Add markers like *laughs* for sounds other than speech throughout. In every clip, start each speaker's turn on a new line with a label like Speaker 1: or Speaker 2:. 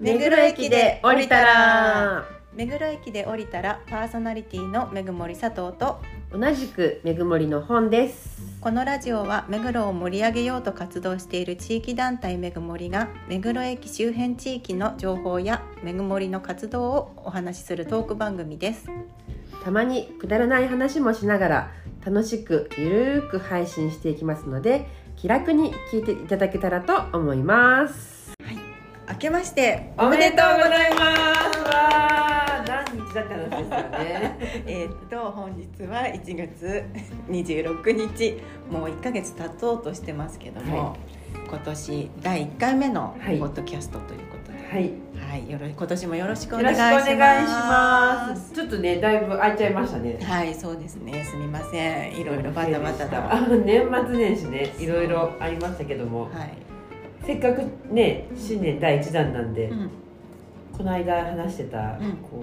Speaker 1: 目黒駅で降りたら
Speaker 2: 目黒駅で降りたらパーソナリティのめぐもり佐藤と
Speaker 1: 同じくめぐもりの本です
Speaker 2: このラジオは目黒を盛り上げようと活動している地域団体めぐもりが目黒駅周辺地域の情報やめぐもりの活動をお話しするトーク番組です
Speaker 1: たまにくだらない話もしながら楽しくゆるーく配信していきますので気楽に聞いていただけたらと思います
Speaker 2: 明けまして
Speaker 1: おめでとうございますわー何日だったんですよね
Speaker 2: えーっと本日は1月26日もう1ヶ月経とうとしてますけども、
Speaker 1: は
Speaker 2: 今年第1回目のポ
Speaker 1: はい
Speaker 2: ッドキャストということで、
Speaker 1: *laughs* はい
Speaker 2: はいよろ今年もよろしくお
Speaker 1: よ
Speaker 2: 願
Speaker 1: ろ
Speaker 2: い
Speaker 1: し
Speaker 2: し
Speaker 1: くお願
Speaker 2: ま
Speaker 1: い
Speaker 2: す
Speaker 1: しますちょっとねだいぶ空いちゃいましたね
Speaker 2: はいそうですねすみませんい
Speaker 1: い
Speaker 2: ろいろバタバタだは
Speaker 1: あ年末年始ねいろいろありましたけども、
Speaker 2: い、
Speaker 1: せっかくね新年第一弾なんで、
Speaker 2: うん
Speaker 1: この間話してた、
Speaker 2: うん
Speaker 1: こ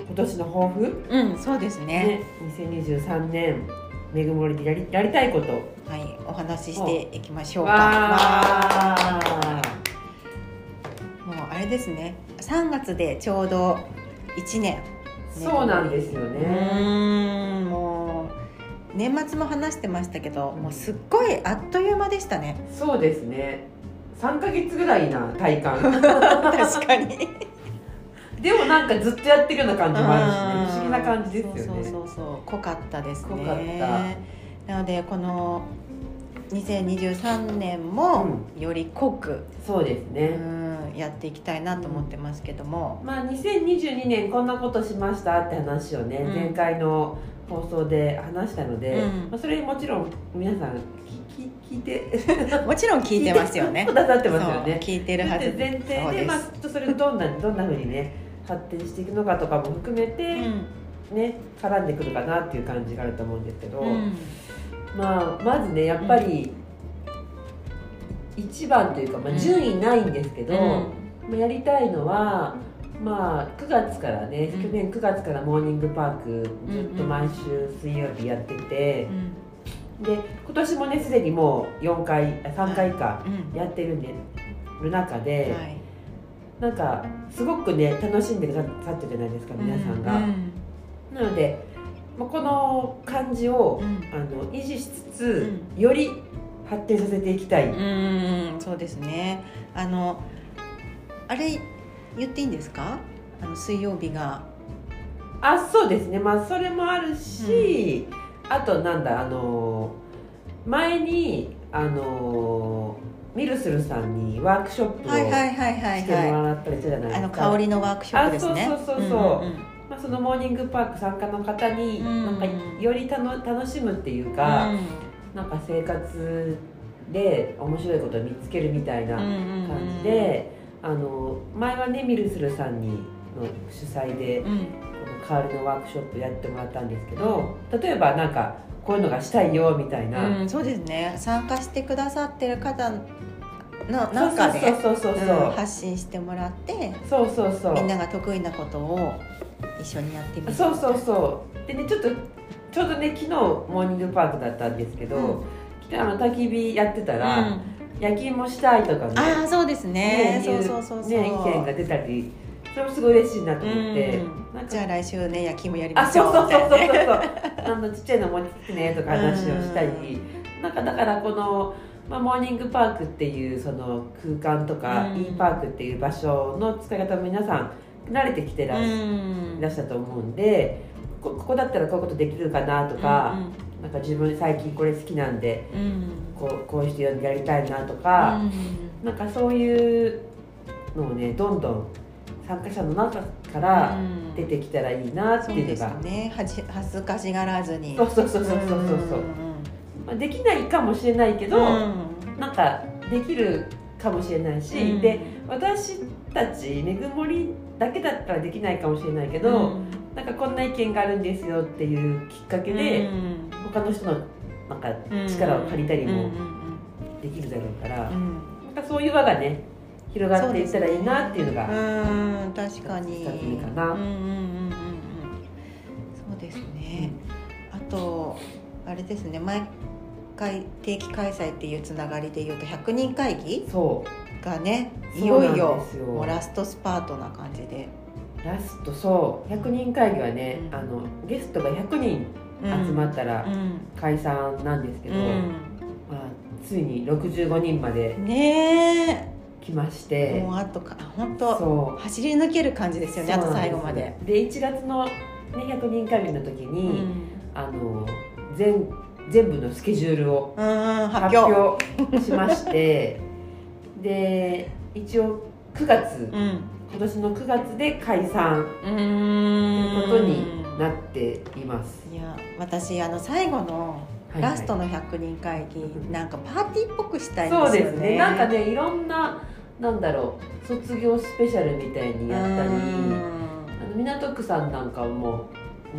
Speaker 1: う今年の抱負、
Speaker 2: うん、そうですね
Speaker 1: ね、2023年めぐもりでやりやりたいこと
Speaker 2: はいお話ししていきましょうかわ
Speaker 1: わ
Speaker 2: ー
Speaker 1: ー
Speaker 2: もうあれですね3月でちょうど1年
Speaker 1: そうなんですよ
Speaker 2: う
Speaker 1: ね、
Speaker 2: ーんもう年末も話してましたけどもうすっごいあっという間でした
Speaker 1: *laughs*
Speaker 2: ね
Speaker 1: そうですね3か月ぐらいな体
Speaker 2: *laughs*
Speaker 1: 感
Speaker 2: 確かに
Speaker 1: でもなんかずっとやってるような感じもあるしね不思議な感じですよね
Speaker 2: そうそうそうそう濃かったですね
Speaker 1: 濃かった
Speaker 2: なのでこの2023年
Speaker 1: うん
Speaker 2: もより濃く、
Speaker 1: そうですね、
Speaker 2: うんやっていきたいなと思ってますけども、
Speaker 1: まあ、2022年こんなことしましたって話をね、
Speaker 2: うん
Speaker 1: 前回の放送で話したので、
Speaker 2: うん
Speaker 1: まあ、それもちろん皆さん聞き聞いて
Speaker 2: もちろん聞いてますよね
Speaker 1: くださって
Speaker 2: そう
Speaker 1: ますよね。
Speaker 2: 聞いてる
Speaker 1: だ
Speaker 2: は
Speaker 1: っ
Speaker 2: ず
Speaker 1: て前
Speaker 2: そ
Speaker 1: 提
Speaker 2: う
Speaker 1: で
Speaker 2: です、
Speaker 1: まあ、ちょっとそれどんなどんなふうにね発展していくのかとかも含めて、ね絡んでくるかなっていう感じがあると思うんですけど、
Speaker 2: うんうん
Speaker 1: まあ、まずねやっぱり一番というか、ま
Speaker 2: う
Speaker 1: あ、
Speaker 2: ん
Speaker 1: 順位ないんですけど。
Speaker 2: うん
Speaker 1: まあやりたいのは、まあ、9月からね、
Speaker 2: うん
Speaker 1: 去年9月からモーニングパーク
Speaker 2: うん
Speaker 1: ずっと毎週水曜日やってて
Speaker 2: う、ん
Speaker 1: で今年もねすでにもう4回あ3回か
Speaker 2: うん
Speaker 1: やってるんで。る中で、
Speaker 2: はい
Speaker 1: なんかすごくね楽しんでくださってるじゃないですか皆さんが、
Speaker 2: うん
Speaker 1: なので、まあ、この感じを、
Speaker 2: うん
Speaker 1: あの維持しつつ、より発展させていきたい、
Speaker 2: うーんそうですねあのあれ言っていいんですかあの水曜日が
Speaker 1: あそうですねまあそれもあるし、あとなんだあのー前にあのーミルスルさんにワークショップを
Speaker 2: はい
Speaker 1: し
Speaker 2: はいはいはい
Speaker 1: て
Speaker 2: は
Speaker 1: もらったりしたじゃない
Speaker 2: い
Speaker 1: で
Speaker 2: あ
Speaker 1: す
Speaker 2: の
Speaker 1: か、
Speaker 2: 香りのワークショップですね
Speaker 1: あそうそうそうそう
Speaker 2: うん
Speaker 1: まあ、そのモーニングパーク参加の方に、
Speaker 2: うん
Speaker 1: なんかよりたの楽しむっていう
Speaker 2: う
Speaker 1: か、
Speaker 2: ん
Speaker 1: なんか生活で面白いことを見つけるみたいな
Speaker 2: うん
Speaker 1: 感
Speaker 2: うんうん
Speaker 1: じで、あの前はねミルスルさんにの主催で
Speaker 2: うん
Speaker 1: 代わりのワークショップやってもらったんですけど例えばなんかこういうのがしたいよみたいな、
Speaker 2: うんそうですね参加してくださってる方の
Speaker 1: そう
Speaker 2: 中で
Speaker 1: そうそうそうそう
Speaker 2: うん発信してもらって
Speaker 1: そうそうそう
Speaker 2: みんなが得意なことを一緒にやってみる
Speaker 1: そうそうそうでねちょっとちょうどね昨日モーニングパークだったんですけど、
Speaker 2: うん
Speaker 1: 昨日あの焚き火やってた
Speaker 2: う
Speaker 1: ら、
Speaker 2: ん
Speaker 1: 焼き芋したいとかね
Speaker 2: ああそうですね
Speaker 1: ね
Speaker 2: そ
Speaker 1: いう
Speaker 2: そうそうそう、
Speaker 1: ね意見が出たりそれもすごい嬉しいなと思って、
Speaker 2: うん
Speaker 1: なんか
Speaker 2: じゃあ来週ね焼き芋やり
Speaker 1: あ
Speaker 2: まし
Speaker 1: そ
Speaker 2: ょ
Speaker 1: う
Speaker 2: う
Speaker 1: そう
Speaker 2: み
Speaker 1: そうそ
Speaker 2: たいうな
Speaker 1: そう
Speaker 2: ね
Speaker 1: そうあのちっちゃいの持ってきてねとか話をしたりなんかだからこの、まあ、モーニングパークっていうその空間とか、
Speaker 2: うん
Speaker 1: e パークっていう場所の使い方も皆さん慣れてきてら,、
Speaker 2: うん
Speaker 1: いらっしゃると思うんでこここだったらこういうことできるかなとか、なんか自分最近これ好きなんで
Speaker 2: うんうん
Speaker 1: こうこうしてやりたいなとか、なんかそういうのをねどんどん参加者の中か
Speaker 2: う
Speaker 1: ら
Speaker 2: ん
Speaker 1: 出てきたらいいなって
Speaker 2: そう
Speaker 1: いうの
Speaker 2: です
Speaker 1: が。
Speaker 2: ね恥ず恥ずかしがらずに
Speaker 1: そうそうそうそうそうそうそう、まあ、できないかもしれないけど、なんかできるかもしれないし、で私たちめぐもりだけだったらできないかもしれないけど、なんかこんな意見があるんですよっていうきっかけで、他の人のなんか力を借りたりもできるだろうから、なんかそういう輪がね広がっていったらいいなっていうのが、
Speaker 2: うん確かに
Speaker 1: 二つ目かな
Speaker 2: うんうんうんうんうんそうですねあとあれですね毎回定期開催っていうつながりでいうと100人会議
Speaker 1: そ
Speaker 2: がねい
Speaker 1: そう
Speaker 2: よ
Speaker 1: なん
Speaker 2: いよ
Speaker 1: ですよ
Speaker 2: もうラストスパートな感じで
Speaker 1: ラストそう100人会議はね、
Speaker 2: うん
Speaker 1: あのゲストが100人集まった
Speaker 2: た
Speaker 1: ら
Speaker 2: うん
Speaker 1: 解散なんですけど、まあ、ついに65人まで
Speaker 2: うんね
Speaker 1: 来まし
Speaker 2: え
Speaker 1: て、
Speaker 2: もうあとか本当
Speaker 1: そう
Speaker 2: 走り抜ける感じですよねあと最後まで。
Speaker 1: で1月の、ね、100人会議の時
Speaker 2: う
Speaker 1: に、
Speaker 2: ん
Speaker 1: あの全全部のスケジュールを
Speaker 2: うん発
Speaker 1: 発
Speaker 2: 表
Speaker 1: 表しましてで一応9月
Speaker 2: うん
Speaker 1: 今年の9月で解散
Speaker 2: う
Speaker 1: と
Speaker 2: ん
Speaker 1: いうことになっています。
Speaker 2: いや私あの最後の
Speaker 1: はいはい
Speaker 2: ラストの100人会議、なんかパーティーっぽくしたいん
Speaker 1: そう
Speaker 2: で
Speaker 1: で
Speaker 2: すよね
Speaker 1: すねなんかねいろんななんだろう卒業スペシャルみたいにやったりあの港区さんなんかももう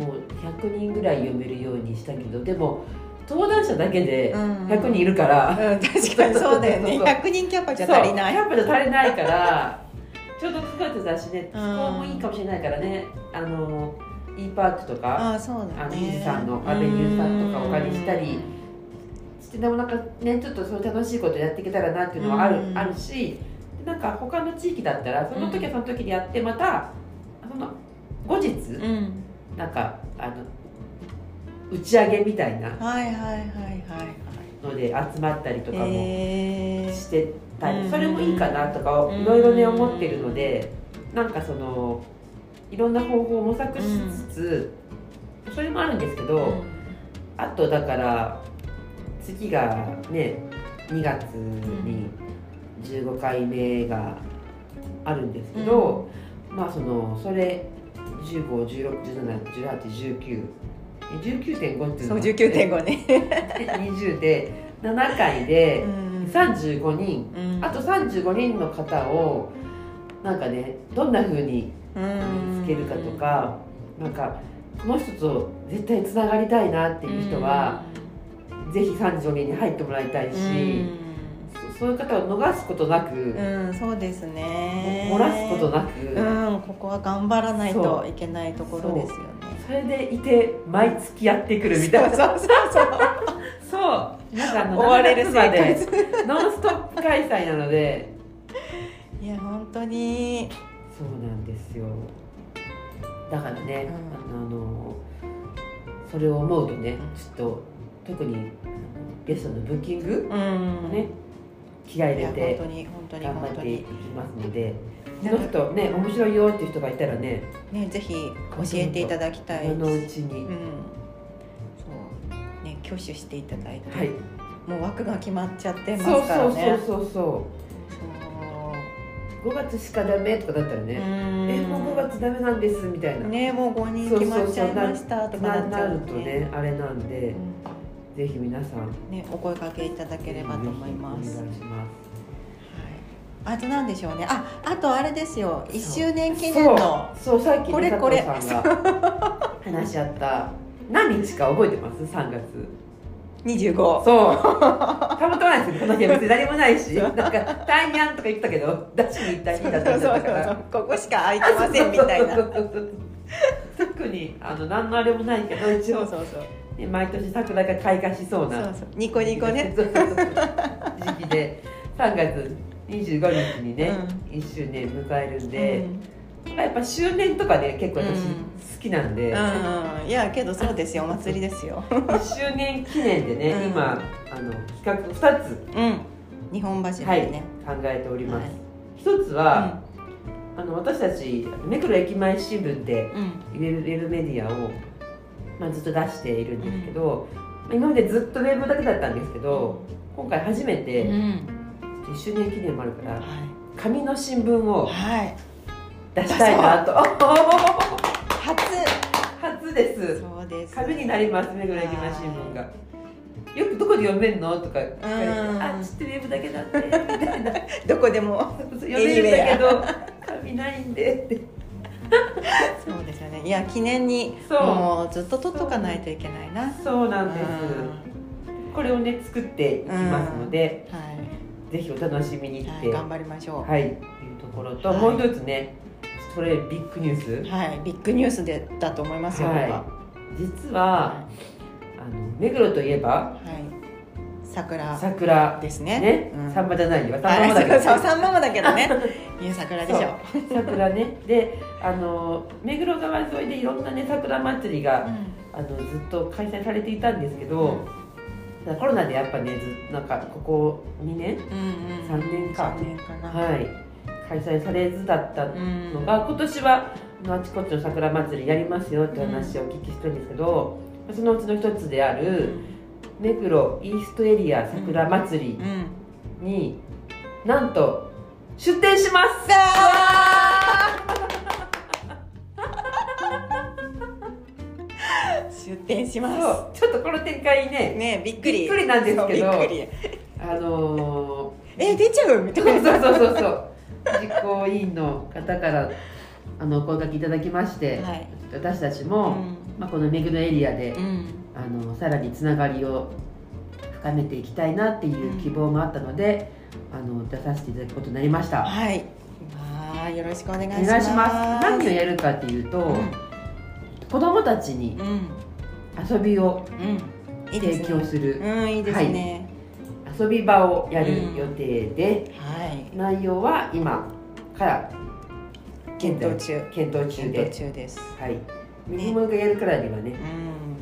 Speaker 1: 100人ぐらい読めるようにしたけどでも登壇者だけで100人い
Speaker 2: る、
Speaker 1: るから、
Speaker 2: うん、確かにそうだよね
Speaker 1: そうそう
Speaker 2: 100人キャパじゃ足りない
Speaker 1: そうキャンプじゃ足りないからちょうど9月だしね気
Speaker 2: うん
Speaker 1: 候もいいかもしれないからねあの e パークとか
Speaker 2: ああそう
Speaker 1: あ
Speaker 2: だ
Speaker 1: の
Speaker 2: ね
Speaker 1: ゆずさんの阿部ゆずさんとかお借りしたりしてでもなんかねちょっとそういう楽しいことやっていけたらなっていうのはある,、
Speaker 2: うん
Speaker 1: あるしでなんか他の地域だったらその時はその時でやってまたその後日
Speaker 2: うん、うん
Speaker 1: なんかあの打ち上げみたいな
Speaker 2: はいはいはいはいはい
Speaker 1: ので集まったりとかも
Speaker 2: えー
Speaker 1: してたり、
Speaker 2: うん
Speaker 1: それもいいかなとか
Speaker 2: うん
Speaker 1: いろいろね思ってるので、なんかそのいろんな方法を模索しつつ、それもあるんですけど、あとだから次がね2月に15回目があるんですけど、まあそのそれ1516171819 19.5っていうのが *laughs*
Speaker 2: そう19.5ね、
Speaker 1: 20で7回で35人
Speaker 2: うん
Speaker 1: あと35人の方をなんかねどんな風に見つけるかと、か、なんかこの人と絶対つながりたいなっていう人は、ぜひ35人に入ってもらいたいし、そそういう方を逃すことなく、
Speaker 2: うんうん、そうですね
Speaker 1: 漏らすことなく、
Speaker 2: うん、ここは頑張らない
Speaker 1: そ
Speaker 2: と
Speaker 1: う
Speaker 2: いけないところですよね。
Speaker 1: それでいて毎月やってくるみたいな。
Speaker 2: そうそう
Speaker 1: *laughs*
Speaker 2: そうそう。
Speaker 1: そうなんかあの
Speaker 2: 追われる
Speaker 1: 7
Speaker 2: 生
Speaker 1: 月
Speaker 2: 活。
Speaker 1: までノンストップ開催なので
Speaker 2: いや本当に。
Speaker 1: そうなんですよだからね、
Speaker 2: う
Speaker 1: あのあのそれを思うとねちょっと特にゲストのブッキング
Speaker 2: うん
Speaker 1: ね気合い
Speaker 2: い
Speaker 1: 入れ
Speaker 2: や本当
Speaker 1: て
Speaker 2: に本当に
Speaker 1: 頑張
Speaker 2: 本
Speaker 1: っ
Speaker 2: 当
Speaker 1: ていき
Speaker 2: に。
Speaker 1: ますのでそ
Speaker 2: なん
Speaker 1: の
Speaker 2: か
Speaker 1: 人ね面白いよっていう人がいたらね
Speaker 2: ねぜひ教えていただきたい。
Speaker 1: 今の
Speaker 2: うん。そう
Speaker 1: うちに、
Speaker 2: ね挙手していただいて、
Speaker 1: はい
Speaker 2: もう枠が決まっちゃってますか
Speaker 1: そう
Speaker 2: ら
Speaker 1: そう
Speaker 2: ね。
Speaker 1: そうそうそ
Speaker 2: そう
Speaker 1: 5月しかダメとかだったらね、
Speaker 2: うん
Speaker 1: えもう5月ダメなんですみたいな、
Speaker 2: ねもう五人決まっちゃいましたとか
Speaker 1: な
Speaker 2: なっち
Speaker 1: な
Speaker 2: ゃう
Speaker 1: る
Speaker 2: んで
Speaker 1: とねあれなんで
Speaker 2: う、ん
Speaker 1: ぜひ皆さん
Speaker 2: ねお声掛けいただければと思います。
Speaker 1: お願いします
Speaker 2: はい、あとなんでしょうねああとあれですよ1周年記念の
Speaker 1: そうそうさっきね
Speaker 2: これこれ
Speaker 1: 佐藤さんが話し合
Speaker 2: *laughs*
Speaker 1: った何日か覚えてます3月
Speaker 2: 25
Speaker 1: そうたまたまですよこの日は別に誰もない
Speaker 2: *laughs*
Speaker 1: しなんか「タイニャン」とか言ったけど出しに行った日だったんだから
Speaker 2: ここしか空いてませんみたいな
Speaker 1: そ
Speaker 2: そう
Speaker 1: うそうそうそう *laughs* 特にあの何のあれもないけど一
Speaker 2: そう
Speaker 1: 応、
Speaker 2: そうそう
Speaker 1: ね、毎年桜が開花しそうな
Speaker 2: そうニコニコね
Speaker 1: そうそうそう時期で3月25日にね、1周年迎えるんで、やっぱ周年とかね結構私
Speaker 2: うん
Speaker 1: 好きなんで、
Speaker 2: うん、うん、いやけどそうですよお祭りですよ
Speaker 1: 1周年記念でね、
Speaker 2: うん
Speaker 1: 今あの企画2つ
Speaker 2: うん日本橋でね、
Speaker 1: 考えております、
Speaker 2: はい
Speaker 1: 一つは、あの私たち目黒駅前新聞で
Speaker 2: うん
Speaker 1: ウェブウェブメディアを、まあ、ずっと出しているんですけど、まあ今までずっとウェブだけだったんですけど今回初め
Speaker 2: う
Speaker 1: て
Speaker 2: ん
Speaker 1: 1周年記念もあるから
Speaker 2: は
Speaker 1: 紙の新聞
Speaker 2: い、
Speaker 1: を
Speaker 2: はい、
Speaker 1: 出したいなと
Speaker 2: 初
Speaker 1: *laughs* 初です
Speaker 2: そうです
Speaker 1: 紙になります目黒駅前新聞が。よくどこで読めるのとか聞かれて
Speaker 2: うん
Speaker 1: あちょっとウェブだけだって」みたいな
Speaker 2: どこでも
Speaker 1: 読めるんだけど紙ないんでって
Speaker 2: そうですよねいや記念に
Speaker 1: そう
Speaker 2: もうずっと取っとかないといけないな
Speaker 1: そうなんです
Speaker 2: う
Speaker 1: これをね作っていきますので、
Speaker 2: んはい
Speaker 1: ぜひお楽しみにっ
Speaker 2: は
Speaker 1: て
Speaker 2: い、
Speaker 1: は
Speaker 2: 頑張りましょ
Speaker 1: い、いうところと、
Speaker 2: はい
Speaker 1: もう一つねそれビッグニュー
Speaker 2: う。
Speaker 1: ス
Speaker 2: はい、ビッグニュースでだと思いますよ。
Speaker 1: はい
Speaker 2: これは
Speaker 1: 実はあの目黒といえば
Speaker 2: はい。桜
Speaker 1: 桜
Speaker 2: ですね
Speaker 1: ね、
Speaker 2: うん
Speaker 1: サンマじゃないよ
Speaker 2: あ
Speaker 1: サンマだけど
Speaker 2: そうそうサンママだけ
Speaker 1: *laughs*
Speaker 2: どねいや桜でしょ
Speaker 1: 桜ねであの目黒川沿いでいろんなね桜祭りがあのずっと開催されていたんですけど、だからコロナでやっぱねずなんかここ2年
Speaker 2: うんうん
Speaker 1: 三年か
Speaker 2: 三年かな、
Speaker 1: はい開催されずだった
Speaker 2: うん
Speaker 1: のが今年はあのあちこちの桜祭りやりますよって話をお聞きしてるんですけど、そのうちの一つであ
Speaker 2: う
Speaker 1: る
Speaker 2: ん
Speaker 1: 目黒イーストエリア桜祭り
Speaker 2: うん
Speaker 1: になんと出店します
Speaker 2: さあ出店しま
Speaker 1: そうちょっとこの展開
Speaker 2: す
Speaker 1: ね
Speaker 2: ねびっくり
Speaker 1: びっくりなんですけど
Speaker 2: そうびっくり
Speaker 1: あの
Speaker 2: え出ちゃうみた
Speaker 1: ー、
Speaker 2: いな
Speaker 1: そうそうそうそうそう実行委員の方からあのお声掛けいただきまして、
Speaker 2: はい
Speaker 1: 私たち
Speaker 2: う
Speaker 1: も、
Speaker 2: ん
Speaker 1: まあ、この目黒エリアで、
Speaker 2: うん
Speaker 1: あのさらにつながりを深めていきたいなっていう希望もあったので、あの出させていただくことになりました。
Speaker 2: はいまあよろしくお願いし
Speaker 1: お
Speaker 2: ま
Speaker 1: 願
Speaker 2: す
Speaker 1: いします何をやるかっていうと、子どもたちに
Speaker 2: うんうん
Speaker 1: 遊びを
Speaker 2: うんいい
Speaker 1: 提
Speaker 2: です
Speaker 1: 供
Speaker 2: ね
Speaker 1: する
Speaker 2: うんいいですね
Speaker 1: 遊び場をやる予定で、
Speaker 2: はい
Speaker 1: 内容は今から
Speaker 2: 検討中
Speaker 1: 検討中
Speaker 2: 検
Speaker 1: で
Speaker 2: 討中です
Speaker 1: はい水森がやるからにはね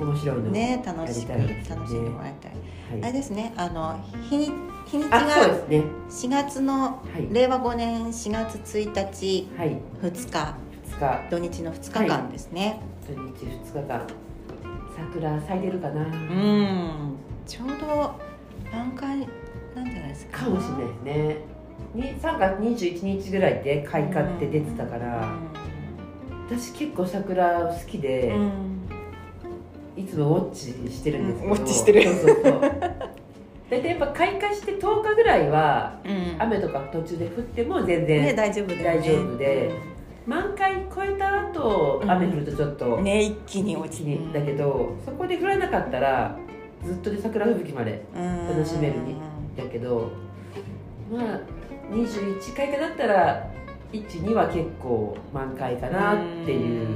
Speaker 2: うん
Speaker 1: 面白いの、
Speaker 2: ね楽しく
Speaker 1: やりたいですね
Speaker 2: 楽しんでもらいたいあ
Speaker 1: は
Speaker 2: れ
Speaker 1: い、
Speaker 2: ですねあの日に日にち
Speaker 1: あそう
Speaker 2: が
Speaker 1: ですね
Speaker 2: 4月の
Speaker 1: はい、
Speaker 2: 令和5年4月1日
Speaker 1: はい、
Speaker 2: 2日
Speaker 1: 2日
Speaker 2: 土日の2日間ですね、
Speaker 1: 土日2日間桜咲いてるかな、
Speaker 2: うんちょうど満開なんじゃないですか
Speaker 1: かもしれないですねに3月21日ぐらいで開花って出てたから、私結構桜好き
Speaker 2: う
Speaker 1: で、
Speaker 2: ん
Speaker 1: いつもウォッチしてるんですけど、
Speaker 2: うんウォッチしてる
Speaker 1: そうそう
Speaker 2: *laughs*
Speaker 1: そう大体やっぱ開花して10日ぐらいは
Speaker 2: うん
Speaker 1: 雨とか途中で降っても全
Speaker 2: ね
Speaker 1: 然、
Speaker 2: 大丈夫だよね
Speaker 1: 大丈夫で満開超えた後
Speaker 2: うん
Speaker 1: 雨降るとちょっと、
Speaker 2: うんね一気に落
Speaker 1: 一
Speaker 2: ち
Speaker 1: 気にだけどそこで降らなかったらずっとで桜吹雪まで
Speaker 2: うん
Speaker 1: 楽しめるにだけどまあ21回かだったら12は結構満開かなってい
Speaker 2: ん
Speaker 1: う
Speaker 2: ま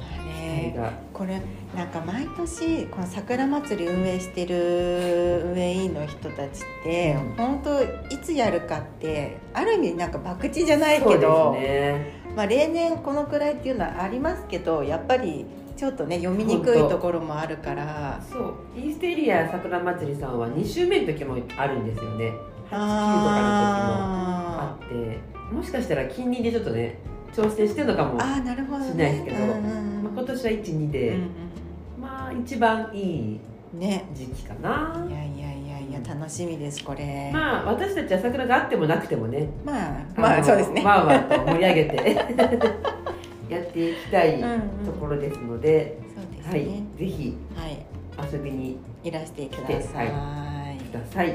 Speaker 2: あ
Speaker 1: 期待
Speaker 2: ね
Speaker 1: が、
Speaker 2: これなんか毎年この桜祭り運営してる運営委員の人たちって
Speaker 1: うん
Speaker 2: 本当いつやるかってある意味なんか博打じゃない
Speaker 1: そ
Speaker 2: け
Speaker 1: うです
Speaker 2: ど、
Speaker 1: ね
Speaker 2: まあ、例年このくらいっていうのはありますけどやっぱりちょっとね読みにくい
Speaker 1: 本当
Speaker 2: ところもあるから
Speaker 1: そうイーステリア桜祭りさんは2週目の時もあるんですよね
Speaker 2: あ
Speaker 1: あってもしかしたら近隣でちょっとね調整してるのかも、
Speaker 2: ーあーなるほど、ね、
Speaker 1: しないですけど
Speaker 2: うんうん
Speaker 1: まあ今年は12で、
Speaker 2: うん
Speaker 1: まあ一番いい
Speaker 2: うんね
Speaker 1: 時期かない
Speaker 2: やいやいやいや楽しみですこれ、まあ
Speaker 1: まあ私たちは桜があってもなくてもね
Speaker 2: まあ、
Speaker 1: の
Speaker 2: そうですね、
Speaker 1: わーわーと盛り上げ
Speaker 2: *laughs*
Speaker 1: てやっていきたい
Speaker 2: うんうん
Speaker 1: ところですので、
Speaker 2: そうです
Speaker 1: はい
Speaker 2: ね、
Speaker 1: ぜひ
Speaker 2: はい
Speaker 1: 遊びに
Speaker 2: いらしてくだ
Speaker 1: 来て
Speaker 2: さい。
Speaker 1: ください。
Speaker 2: は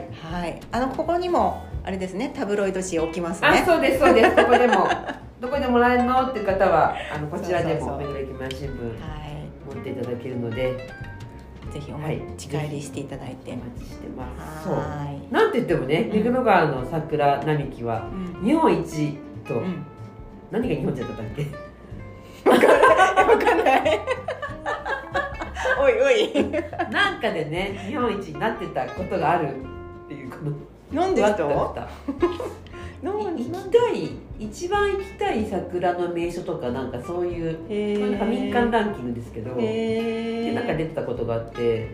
Speaker 2: い。あのここにもあれですね、タブロイド紙置きます
Speaker 1: あ、
Speaker 2: ね。
Speaker 1: そうですそうです。ここでもどこでもらえるのっていう方はあのこちらで
Speaker 2: そうそ
Speaker 1: も
Speaker 2: う
Speaker 1: 目
Speaker 2: そう
Speaker 1: 黒駅前新聞
Speaker 2: は
Speaker 1: 持っていただけるので
Speaker 2: い。ぜひお
Speaker 1: はい
Speaker 2: 持ち帰りしていただい
Speaker 1: お
Speaker 2: て。
Speaker 1: 待ちしてます。そう。
Speaker 2: は
Speaker 1: なんて言ってもね、
Speaker 2: うん。
Speaker 1: 目黒川の桜並木はい
Speaker 2: うん。
Speaker 1: 日本一と、
Speaker 2: うん。 *laughs*
Speaker 1: 何が日本一だったんだっけ？
Speaker 2: わかんない。 *laughs* おいおい。
Speaker 1: なんかでね日本一になってたことがあるっていうこの
Speaker 2: *laughs* なんで
Speaker 1: ふわ
Speaker 2: 人
Speaker 1: っ？とした。
Speaker 2: なん
Speaker 1: 行きたい一番行きたい桜の名所とかなんかそういう、
Speaker 2: へー
Speaker 1: なんか民間ランキングですけど、
Speaker 2: へ
Speaker 1: で
Speaker 2: え。
Speaker 1: なんか出てたことがあって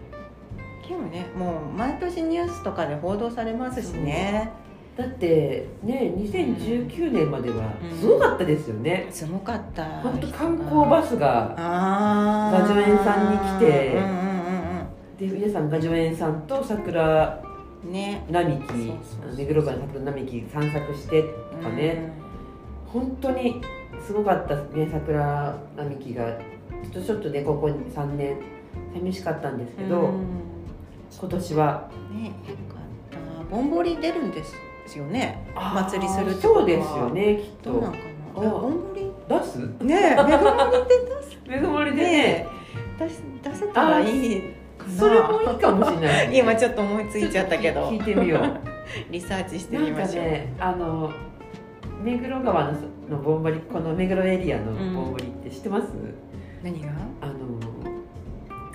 Speaker 2: 今日ね、もう毎年ニュースとかで報道されますしね。
Speaker 1: だってね2019年までは
Speaker 2: うん
Speaker 1: すごかったですよね、
Speaker 2: すごかった。
Speaker 1: 本当観光バスが
Speaker 2: ああ。
Speaker 1: ガジョエンさんに来て
Speaker 2: うんうんうん
Speaker 1: で皆さん画上園さんと桜
Speaker 2: うん。ね。
Speaker 1: 並木
Speaker 2: そうそうそう
Speaker 1: 目黒川の桜並木散策してとかね、本当にすごかったね桜並木がちょっとちょっとねここ3年寂しかったんです
Speaker 2: う
Speaker 1: け
Speaker 2: ん。
Speaker 1: ど、
Speaker 2: うん
Speaker 1: 今年は
Speaker 2: ね、よかった。ぼんぼり出るんですよね。祭りするってことは
Speaker 1: そうですよねきっ
Speaker 2: どうなん
Speaker 1: と
Speaker 2: か
Speaker 1: あ
Speaker 2: な。いやぼんぼり。
Speaker 1: 出す
Speaker 2: ね、めぐり
Speaker 1: 目のり
Speaker 2: で
Speaker 1: で
Speaker 2: ね
Speaker 1: ね
Speaker 2: 出し、出せたらいいかな。
Speaker 1: それもいいかもしれない
Speaker 2: 今ちょっと思いついちゃったけど
Speaker 1: 聞い、てみような
Speaker 2: リサーチ *laughs* してみ
Speaker 1: ん
Speaker 2: ま
Speaker 1: か
Speaker 2: しょう。
Speaker 1: ねあの目黒川ののぼんぼりこの目黒エリアの
Speaker 2: うん
Speaker 1: ぼんぼりって知ってます、
Speaker 2: 何が？
Speaker 1: あの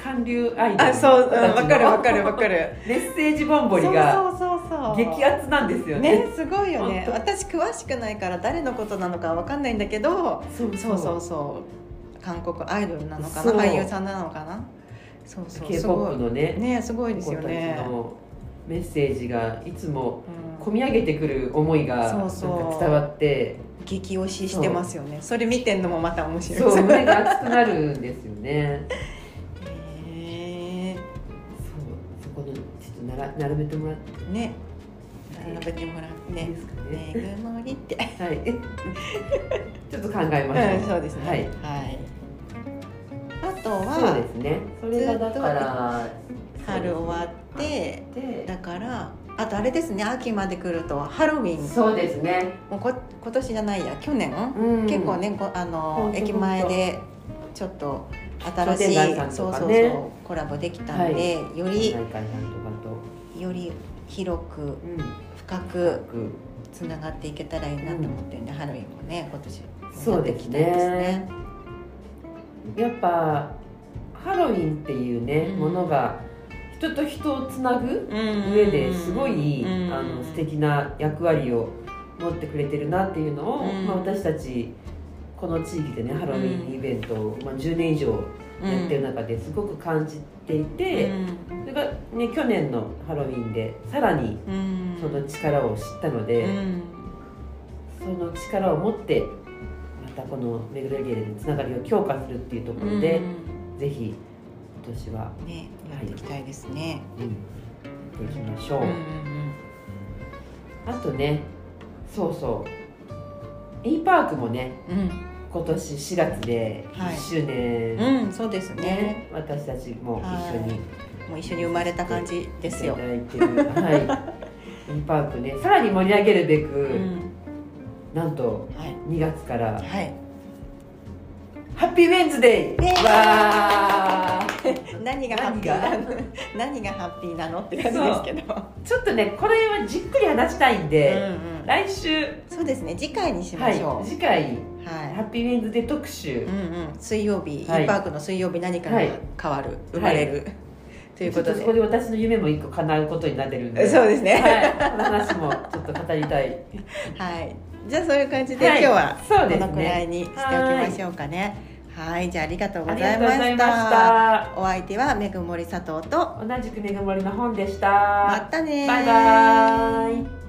Speaker 1: 観韓流アイドル
Speaker 2: あそうう
Speaker 1: た
Speaker 2: ん
Speaker 1: ちの
Speaker 2: わかるわかるわかる
Speaker 1: メッセージボンボ
Speaker 2: そ
Speaker 1: リ
Speaker 2: うそう
Speaker 1: が
Speaker 2: そうそう
Speaker 1: 激アツなんですよね
Speaker 2: ねすごいよね
Speaker 1: 本
Speaker 2: 私詳しくないから誰のことなのかわかんないんだけど
Speaker 1: そう
Speaker 2: そうそうそう韓国アイドルなのかな
Speaker 1: そう
Speaker 2: 俳優さんなのかなそうそうす
Speaker 1: K-POP
Speaker 2: ご
Speaker 1: のね
Speaker 2: いねすごいですよ
Speaker 1: 子た
Speaker 2: ね
Speaker 1: ち、のメッセージがいつも
Speaker 2: うん
Speaker 1: 込み上げてくる思いが
Speaker 2: そ
Speaker 1: なんか
Speaker 2: うそう
Speaker 1: 伝わって
Speaker 2: 激推ししてますよねそれ見てんのもまた面白い *laughs*
Speaker 1: そう胸が熱くなるんですよね
Speaker 2: へ
Speaker 1: そうそこのちょっとなら並べてもらって
Speaker 2: ーね並べてもらって
Speaker 1: いい
Speaker 2: ね
Speaker 1: ですか
Speaker 2: 「
Speaker 1: ね
Speaker 2: ねぐもり」って
Speaker 1: はいえちょっと考え
Speaker 2: う
Speaker 1: *laughs* ま
Speaker 2: ん
Speaker 1: しょ、
Speaker 2: そううですね
Speaker 1: はい
Speaker 2: はいあと
Speaker 1: そうで
Speaker 2: は
Speaker 1: すねそれがだから
Speaker 2: 春終わって
Speaker 1: で
Speaker 2: だからあとあれですね秋まで来るとハロウィン
Speaker 1: そうですね、
Speaker 2: もうこ今年じゃないや去年、
Speaker 1: うん
Speaker 2: 結構ねこあ
Speaker 1: ほ
Speaker 2: の
Speaker 1: んと
Speaker 2: 駅前でちょっと新しい、
Speaker 1: 商店街さん
Speaker 2: そ
Speaker 1: と
Speaker 2: う
Speaker 1: か
Speaker 2: そう
Speaker 1: ね
Speaker 2: そうコラボできたんで、より
Speaker 1: 内海さんとかと
Speaker 2: より広く
Speaker 1: うん
Speaker 2: 深く
Speaker 1: く
Speaker 2: つながっていけたらいいなと思ってるんで、ハロウィンもね今年
Speaker 1: そう
Speaker 2: やっ
Speaker 1: で
Speaker 2: てい
Speaker 1: す
Speaker 2: きたいです
Speaker 1: ね
Speaker 2: ね。
Speaker 1: やっぱハロウィンっていうね、
Speaker 2: うん
Speaker 1: ものが人と人をつなぐ
Speaker 2: うん
Speaker 1: 上ですごい、
Speaker 2: うん
Speaker 1: あの素敵な役割を持ってくれてるなっていうのを、
Speaker 2: うん
Speaker 1: まあ、私たちこの地域でねハロウィンイベントを、まあ、10年以上やってる中ですごく感じていて、それが、ね、去年のハロウィンでさらに
Speaker 2: うんうん
Speaker 1: その力を知ったの
Speaker 2: う
Speaker 1: で、
Speaker 2: ん
Speaker 1: その力を持ってまたこの「めぐるゲーでのつながりを強化するっていうところで、ぜひ今年は、
Speaker 2: うんねやっていきたいですね。
Speaker 1: うん、やっていきましょう、
Speaker 2: うんうん
Speaker 1: あとねそうそう e パークもね
Speaker 2: うん
Speaker 1: 今年4月で
Speaker 2: はい
Speaker 1: 1周年、
Speaker 2: うん、うん、そうですね。
Speaker 1: ね、私たちも一緒に
Speaker 2: もう一緒に生まれた感じで
Speaker 1: 来
Speaker 2: す
Speaker 1: ていた
Speaker 2: よ。
Speaker 1: だいてる、はい、e
Speaker 2: *laughs*
Speaker 1: パークねさらに盛り上げるべく、
Speaker 2: うん、
Speaker 1: なんと
Speaker 2: はい。
Speaker 1: 2月から
Speaker 2: はい。
Speaker 1: 「ハッピーウェンズデイ!」
Speaker 2: イエーイ
Speaker 1: わー
Speaker 2: 何がハッピーなの？何がハッピーなのって感じですけど。
Speaker 1: ちょっとねこれはじっくり話したいんで、
Speaker 2: うんうん
Speaker 1: 来週
Speaker 2: そうですね。次回にしま
Speaker 1: は
Speaker 2: しょ
Speaker 1: い、次回
Speaker 2: う。はい。
Speaker 1: ハッピーウェンズデー特集、
Speaker 2: うんうん。水曜日、イ
Speaker 1: はい
Speaker 2: ーパークの水曜日何かが
Speaker 1: はい
Speaker 2: 変わる、生まれる、という
Speaker 1: ち
Speaker 2: こ
Speaker 1: ょ
Speaker 2: と
Speaker 1: っ
Speaker 2: で。
Speaker 1: そ
Speaker 2: そ
Speaker 1: こ
Speaker 2: う
Speaker 1: で私の夢も一個叶うことになってるんで
Speaker 2: ですね。
Speaker 1: はい、この話もちょっと語りたい
Speaker 2: はい。じゃあそういう感じで、
Speaker 1: はい
Speaker 2: 今日は
Speaker 1: そう
Speaker 2: こ
Speaker 1: ですね
Speaker 2: のくらいにしておきましょうかね。はいじゃあありがとうご
Speaker 1: あり
Speaker 2: ざ
Speaker 1: が
Speaker 2: い
Speaker 1: とう
Speaker 2: ま
Speaker 1: ござい
Speaker 2: し。
Speaker 1: ましたた
Speaker 2: お相手はめぐもり佐藤と
Speaker 1: 同じくめぐもりの本でした
Speaker 2: またねー
Speaker 1: バイバーイ